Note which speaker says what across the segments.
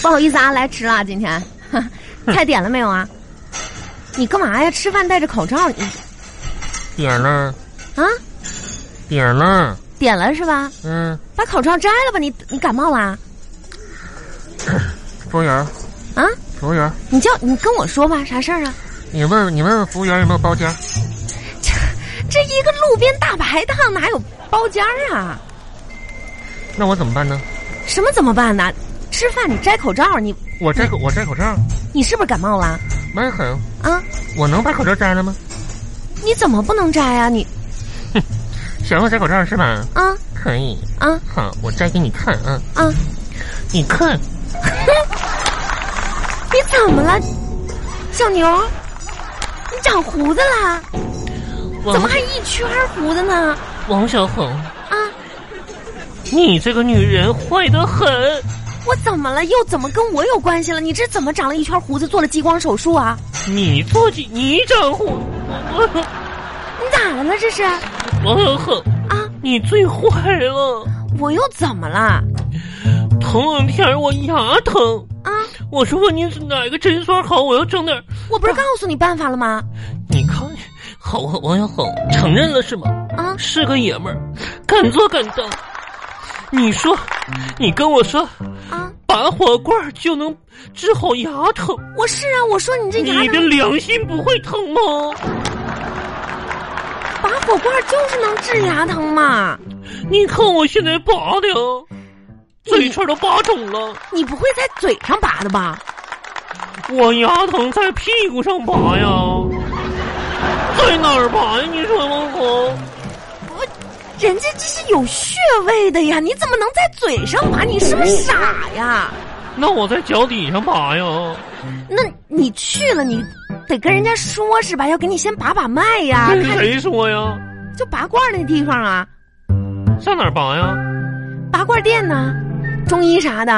Speaker 1: 不好意思啊，来迟了，今天菜点了没有啊？你干嘛呀？吃饭戴着口罩，你
Speaker 2: 点了，
Speaker 1: 啊，
Speaker 2: 点了，
Speaker 1: 点了是吧？
Speaker 2: 嗯，
Speaker 1: 把口罩摘了吧，你你感冒啦？
Speaker 2: 服务员，
Speaker 1: 啊？
Speaker 2: 服务员，
Speaker 1: 你叫你跟我说吧，啥事儿啊？
Speaker 2: 你问问你问问服务员有没有包间？
Speaker 1: 这这一个路边大排档哪有包间儿啊？
Speaker 2: 那我怎么办呢？
Speaker 1: 什么怎么办呢？吃饭你摘口罩，你
Speaker 2: 我摘口我摘口罩，
Speaker 1: 你是不是感冒了？
Speaker 2: 没很，
Speaker 1: 啊？
Speaker 2: 我能把口罩摘了吗？
Speaker 1: 你怎么不能摘啊？你
Speaker 2: 想要摘口罩是吧？
Speaker 1: 啊
Speaker 2: 可以，
Speaker 1: 啊
Speaker 2: 好，我摘给你看啊，
Speaker 1: 啊！
Speaker 2: 你看，
Speaker 1: 你怎么了，小牛？你长胡子啦？
Speaker 2: 王
Speaker 1: 怎么还一圈儿胡子呢？
Speaker 2: 王小红，
Speaker 1: 啊，
Speaker 2: 你这个女人坏得很。
Speaker 1: 我怎么了？又怎么跟我有关系了？你这怎么长了一圈胡子，做了激光手术啊？
Speaker 2: 你做起你整火，
Speaker 1: 你咋了呢？这是啊？
Speaker 2: 王小红，你最坏了。
Speaker 1: 我又怎么了？啊
Speaker 2: 头两天我牙疼，
Speaker 1: 啊
Speaker 2: 我说问你哪个诊所好，我要整点儿。
Speaker 1: 我不是告诉你办法了吗？
Speaker 2: 你看， 好啊，王小红承认了是吗？
Speaker 1: 啊，
Speaker 2: 是个爷们儿，敢做敢当。你说，你跟我说，
Speaker 1: 啊，
Speaker 2: 拔火罐儿就能治好牙疼，
Speaker 1: 我是啊，我说你这牙
Speaker 2: 你的
Speaker 1: 疼，
Speaker 2: 良心不会疼吗？
Speaker 1: 拔火罐就是能治牙疼嘛。
Speaker 2: 你看我现在拔的呀，嘴唇都拔肿了，
Speaker 1: 你不会在嘴上拔的吧？
Speaker 2: 我牙疼在屁股上拔呀，在哪儿拔呀？你说王小红？
Speaker 1: 人家这是有穴位的呀，你怎么能在嘴上拔？你是不是傻呀？
Speaker 2: 那我在脚底下拔呀，
Speaker 1: 那你去了，你得跟人家说是吧？要给你先把把脉呀，
Speaker 2: 跟
Speaker 1: 看
Speaker 2: 谁说呀？
Speaker 1: 就拔罐那地方啊，
Speaker 2: 上哪儿拔呀？
Speaker 1: 拔罐店呢，中医啥的，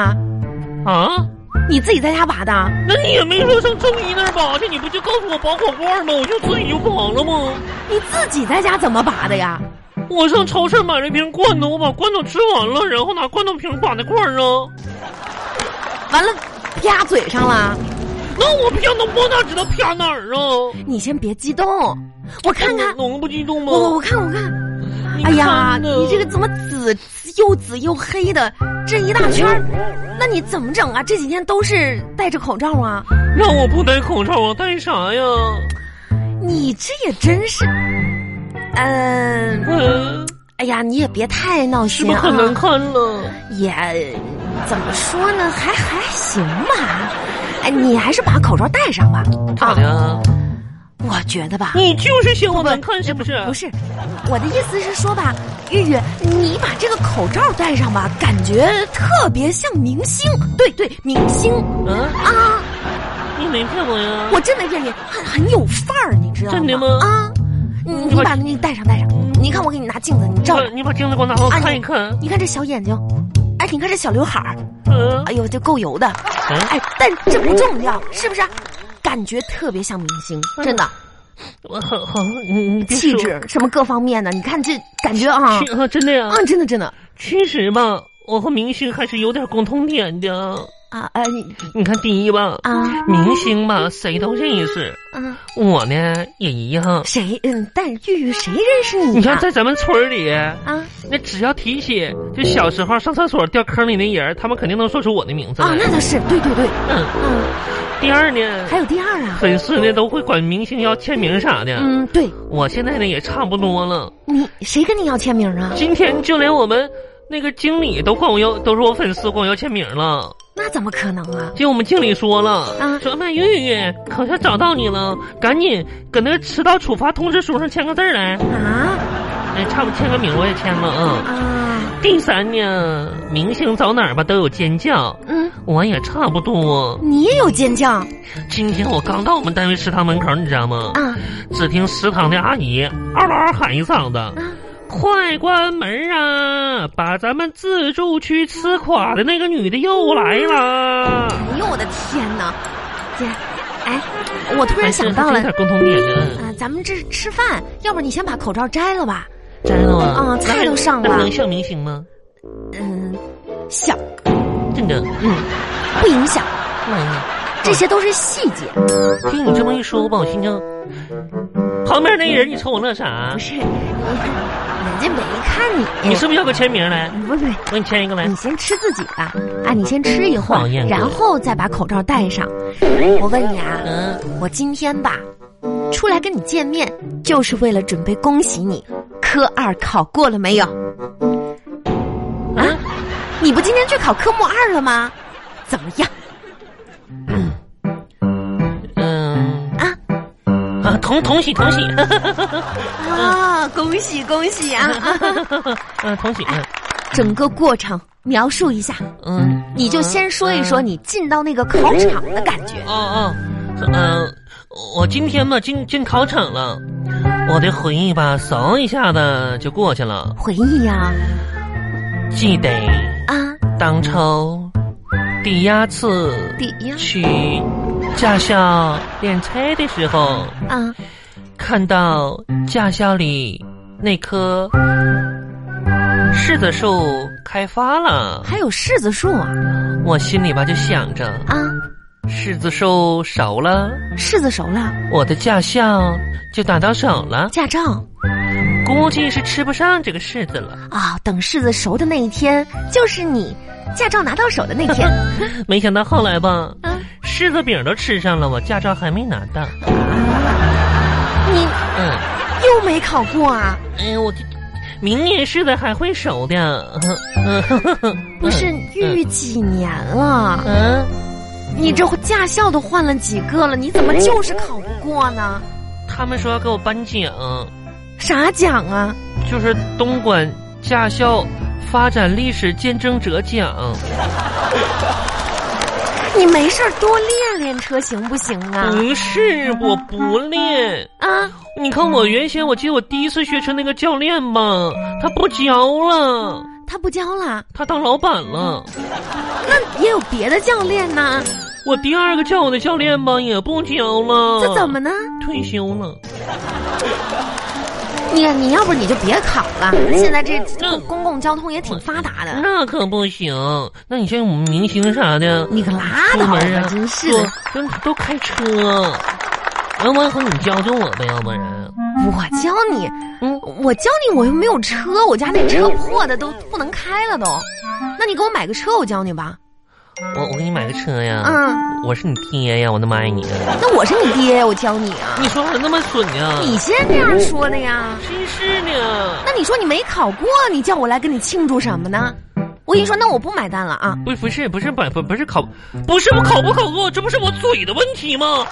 Speaker 2: 啊？
Speaker 1: 你自己在家拔的？
Speaker 2: 那你也没说上中医那儿拔去，你不就告诉我拔火罐吗？我就自己就拔了吗？
Speaker 1: 你自己在家怎么拔的呀？
Speaker 2: 我上超市买了一瓶罐头，我把罐头吃完了，然后拿罐头瓶把那罐儿啊，
Speaker 1: 完了，啪嘴上了。
Speaker 2: 那我啪能我哪知道啪哪儿啊？
Speaker 1: 你先别激动，我看看，
Speaker 2: 能不激动吗？
Speaker 1: 我我我看我看，
Speaker 2: 你
Speaker 1: 哎呀，
Speaker 2: 看呢
Speaker 1: 你这个怎么紫又紫又黑的，这一大圈儿，那你怎么整啊？这几天都是戴着口罩啊？
Speaker 2: 让我不戴口罩，我戴啥呀？
Speaker 1: 你这也真是，嗯、
Speaker 2: 嗯，
Speaker 1: 哎呀，你也别太闹
Speaker 2: 是
Speaker 1: 心
Speaker 2: 不是
Speaker 1: 啊，
Speaker 2: 很难看了？
Speaker 1: 也怎么说呢，还还行吧。哎，你还是把口罩戴上吧。啊
Speaker 2: 咋的、
Speaker 1: 我觉得吧，
Speaker 2: 你就是嫌我难看是不是？
Speaker 1: 不是，我的意思是说吧，玉玉，你把这个口罩戴上吧，感觉特别像明星。对对，明星
Speaker 2: 啊，
Speaker 1: 啊，
Speaker 2: 你没骗我呀？
Speaker 1: 我真没骗你，很很有范儿，你知道吗？
Speaker 2: 真的吗
Speaker 1: 啊，你你把你戴上戴上，你看我给你拿镜子，你照哎
Speaker 2: 把
Speaker 1: 照，
Speaker 2: 你把镜子给我拿过来看一看。
Speaker 1: 你看这小眼睛，哎，你看这小刘海儿，
Speaker 2: 嗯、
Speaker 1: 哎呦，这够油的。
Speaker 2: 嗯
Speaker 1: 哎，但这不重要，是不是？感觉特别像明星，真的，
Speaker 2: 我嗯好好，你你别
Speaker 1: 气
Speaker 2: 说
Speaker 1: 质什么各方面的，你看这感觉啊
Speaker 2: 其 啊，真的呀、
Speaker 1: 啊，真的真的
Speaker 2: 其实吧，我和明星还是有点共同点的。
Speaker 1: 啊啊你
Speaker 2: 你看，第一吧，
Speaker 1: 啊
Speaker 2: 明星吧，谁都认识，
Speaker 1: 啊
Speaker 2: 我呢也一样。
Speaker 1: 谁？嗯，但玉玉谁认识你
Speaker 2: 你看，
Speaker 1: 呀？
Speaker 2: 在咱们村儿里，
Speaker 1: 啊
Speaker 2: 那只要提起就小时候上厕所掉坑里那人，他们肯定能说出我的名字
Speaker 1: 啊，
Speaker 2: 来。
Speaker 1: 那倒是，对对对，
Speaker 2: 嗯，
Speaker 1: 嗯，
Speaker 2: 第二呢，
Speaker 1: 还有第二啊，
Speaker 2: 粉丝呢都会管明星要签名啥的。
Speaker 1: 嗯，对
Speaker 2: 我现在呢也差不多了，
Speaker 1: 你谁跟你要签名啊？
Speaker 2: 今天就连我们那个经理都管我要，都是我粉丝管我要签名了。
Speaker 1: 那怎么可能啊？
Speaker 2: 就我们经理说了，
Speaker 1: 啊
Speaker 2: 说麦玉玉可是找到你了，赶紧搁那个迟到处罚通知书上签个字儿来，
Speaker 1: 啊
Speaker 2: 哎，差不多签个名我也签了啊。
Speaker 1: 啊
Speaker 2: 第三呢，明星走哪儿吧都有尖叫，
Speaker 1: 嗯，
Speaker 2: 我也差不多。
Speaker 1: 你也有尖叫
Speaker 2: 今天我刚到我们单位食堂门口，你知道吗？
Speaker 1: 啊
Speaker 2: 只听食堂的阿姨嗷嗷喊一嗓子。
Speaker 1: 啊
Speaker 2: 快关门啊！把咱们自助区吃垮的那个女的又来了。
Speaker 1: 哎呦我的天哪，姐，哎，我突然想到
Speaker 2: 哎
Speaker 1: 了
Speaker 2: 这这有。点共同点呢。
Speaker 1: 啊，咱们这吃饭，要不你先把口罩摘了吧？
Speaker 2: 摘了吗？
Speaker 1: 嗯哦啊菜都上了
Speaker 2: 那还能像明星吗？
Speaker 1: 嗯，像，
Speaker 2: 真的。
Speaker 1: 嗯，不影响，
Speaker 2: 妈呀，
Speaker 1: 这些都是细节。
Speaker 2: 听你这么一说吧，我心想，旁边那人你瞅我那啥
Speaker 1: 不，是，人家没看你，
Speaker 2: 你是不是要个签名来？
Speaker 1: 不是。
Speaker 2: 我给你签一个来
Speaker 1: 你。先吃自己吧，啊，你先吃一会儿
Speaker 2: 讨厌，鬼
Speaker 1: 然后再把口罩戴上。我问你啊，
Speaker 2: 嗯，
Speaker 1: 我今天吧，出来跟你见面，就是为了准备恭喜你，科二考过了没有？
Speaker 2: 啊，
Speaker 1: 你不今天去考科目二了吗？怎么样
Speaker 2: 嗯，
Speaker 1: 啊？
Speaker 2: 啊，同同喜同喜，
Speaker 1: 啊，恭喜恭喜啊！
Speaker 2: 嗯，同喜，嗯
Speaker 1: 整个过程描述一下，
Speaker 2: 嗯，
Speaker 1: 你就先说一说你进到那个考场的感觉。
Speaker 2: 哦哦，嗯，我今天嘛进进考场了，我的回忆吧，嗖一下子就过去了。
Speaker 1: 回忆呀、
Speaker 2: 记得
Speaker 1: 啊，
Speaker 2: 当初第一次
Speaker 1: 第一呀
Speaker 2: 去驾校练车的时候，
Speaker 1: 啊，
Speaker 2: 看到驾校里那棵柿子树开发了，
Speaker 1: 还有柿子树啊
Speaker 2: 我心里吧就想着，
Speaker 1: 啊，
Speaker 2: 柿子树熟了，
Speaker 1: 柿子熟了，
Speaker 2: 我的驾校就打到手了。
Speaker 1: 驾照。
Speaker 2: 估计是吃不上这个柿子了。
Speaker 1: 啊、等柿子熟的那一天，就是你驾照拿到手的那 天。
Speaker 2: 没想到后来吧，
Speaker 1: 啊，
Speaker 2: 柿子饼都吃上了，我驾照还没拿到。
Speaker 1: 你
Speaker 2: 嗯，
Speaker 1: 又没考过啊？
Speaker 2: 哎呀，我这明年柿子还会熟的。嗯，
Speaker 1: 不是
Speaker 2: 嗯
Speaker 1: 遇几年了？
Speaker 2: 嗯，
Speaker 1: 你这驾校都换了几个了，你怎么就是考不过呢？
Speaker 2: 他们说要给我颁奖，
Speaker 1: 啥奖啊？
Speaker 2: 就是东莞驾校发展历史见证者
Speaker 1: 啊
Speaker 2: 奖。
Speaker 1: 你没事儿多练练车行不行啊？
Speaker 2: 不是，我不练。
Speaker 1: 啊，
Speaker 2: 你看我原先，我记得我第一次学车那个教练吧，他不教了，
Speaker 1: 他不教了，
Speaker 2: 他当老板了。
Speaker 1: 那也有别的教练呢，
Speaker 2: 我第二个叫我的教练吧也不教了，
Speaker 1: 这怎么呢？
Speaker 2: 退休了？
Speaker 1: 你你要不你就别考了，现在这
Speaker 2: 那
Speaker 1: 公共交通也挺发达的，
Speaker 2: 那可不行。那你像我们明星啥的，
Speaker 1: 你可拉
Speaker 2: 出
Speaker 1: 倒吧
Speaker 2: 门啊，，
Speaker 1: 真是的。
Speaker 2: 坐，都都开车。完完后你教教我呗，要不然，
Speaker 1: 我教你，
Speaker 2: 嗯，
Speaker 1: 我教你，我又没有车，我家那车破的都不能开了都。那你给我买个车，我教你吧。
Speaker 2: 我我给你买个车呀。
Speaker 1: 嗯，
Speaker 2: 我是你爹呀，我那么爱你啊呀。
Speaker 1: 那我是你爹，我教你啊。
Speaker 2: 你说我那么损呀？
Speaker 1: 你先这样说的呀？
Speaker 2: 真是的。
Speaker 1: 那你说你没考过，你叫我来跟你庆祝什么呢？我跟你说，那我不买单了啊。
Speaker 2: 不不是不是不不不是考，不是我考不考过，这不是我嘴的问题吗？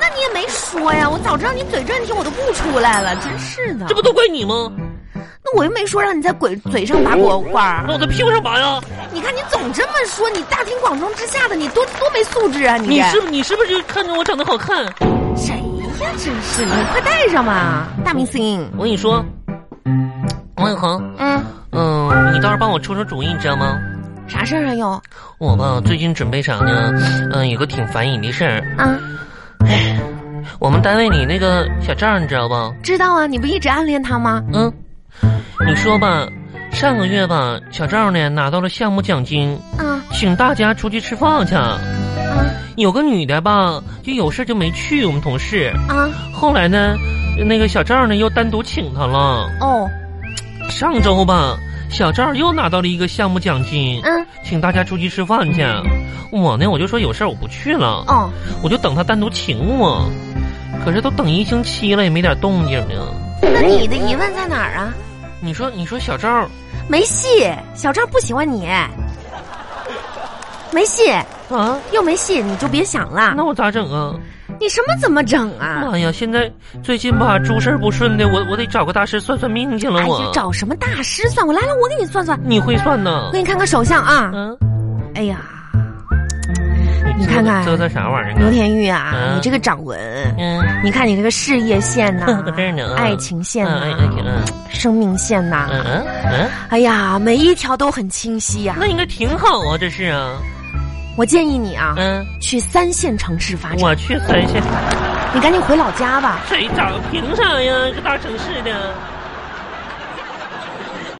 Speaker 1: 那你也没说呀，我早知道你嘴这问题，我都不出来了，真是的
Speaker 2: 这。不都怪你吗？
Speaker 1: 那我又没说让你在鬼嘴上拔果罐
Speaker 2: 那
Speaker 1: 儿。
Speaker 2: 我在屁股上拔呀？
Speaker 1: 你看你总这么说，你大庭广众之下的，你多多没素质啊！你
Speaker 2: 你
Speaker 1: 这
Speaker 2: 是你是不是就看着我长得好看？
Speaker 1: 谁呀？真是的，快戴上吧，大明星。
Speaker 2: 我跟你说，王永恒，
Speaker 1: 嗯，
Speaker 2: 嗯、你倒是帮我出出主意，你知道吗？
Speaker 1: 啥事儿啊又？
Speaker 2: 我吧，最近准备啥呢？嗯、有个挺烦人的事儿。
Speaker 1: 啊，
Speaker 2: 我们单位里那个小赵，你知道吧？
Speaker 1: 知道啊，你不一直暗恋他吗？
Speaker 2: 嗯，你说吧，上个月吧，小赵呢拿到了项目奖金，
Speaker 1: 啊
Speaker 2: 请大家出去吃饭去。
Speaker 1: 啊
Speaker 2: 有个女的吧，就有事就没去，我们同事。
Speaker 1: 啊！
Speaker 2: 后来呢，那个小赵呢又单独请她了。
Speaker 1: 哦，
Speaker 2: 上周吧，小赵又拿到了一个项目奖金，
Speaker 1: 嗯，
Speaker 2: 请大家出去吃饭去。我呢，我就说有事儿我不去了，
Speaker 1: 哦，
Speaker 2: 我就等他单独请我。可是都等一星期了，也没点动静呢。
Speaker 1: 那你的疑问在哪儿啊？
Speaker 2: 你说，你说小赵
Speaker 1: 没戏，小赵不喜欢 你，没戏，
Speaker 2: 啊，
Speaker 1: 又没戏，你就别想了。
Speaker 2: 那我咋整啊？
Speaker 1: 你什么怎么整啊？
Speaker 2: 哎妈呀，现在最近吧，诸事不顺的，我我得找个大师算算命去了。
Speaker 1: 哎呀
Speaker 2: 我，，
Speaker 1: 找什么大师算？我来来，我给你算算，
Speaker 2: 你会算呢
Speaker 1: 我？给你看看手相啊。
Speaker 2: 嗯，
Speaker 1: 哎呀，
Speaker 2: 你
Speaker 1: 你看看
Speaker 2: 折腾啥玩意
Speaker 1: 牛
Speaker 2: 儿？
Speaker 1: 天玉啊，
Speaker 2: 嗯
Speaker 1: 你这个掌纹。
Speaker 2: 嗯，
Speaker 1: 你看你这个事业线 呐、
Speaker 2: 搁这儿呢啊
Speaker 1: 爱情线
Speaker 2: 嗯
Speaker 1: 呐、
Speaker 2: 哎哎嗯
Speaker 1: 生命线呐、
Speaker 2: 嗯嗯嗯，
Speaker 1: 哎呀，每一条都很清晰呀、
Speaker 2: 那应该挺好啊，这是啊，
Speaker 1: 我建议你啊，
Speaker 2: 嗯。
Speaker 1: 去三线城市发展，
Speaker 2: 我去三线，
Speaker 1: 你赶紧回老家吧。
Speaker 2: 谁找？凭啥呀？一个大城市的，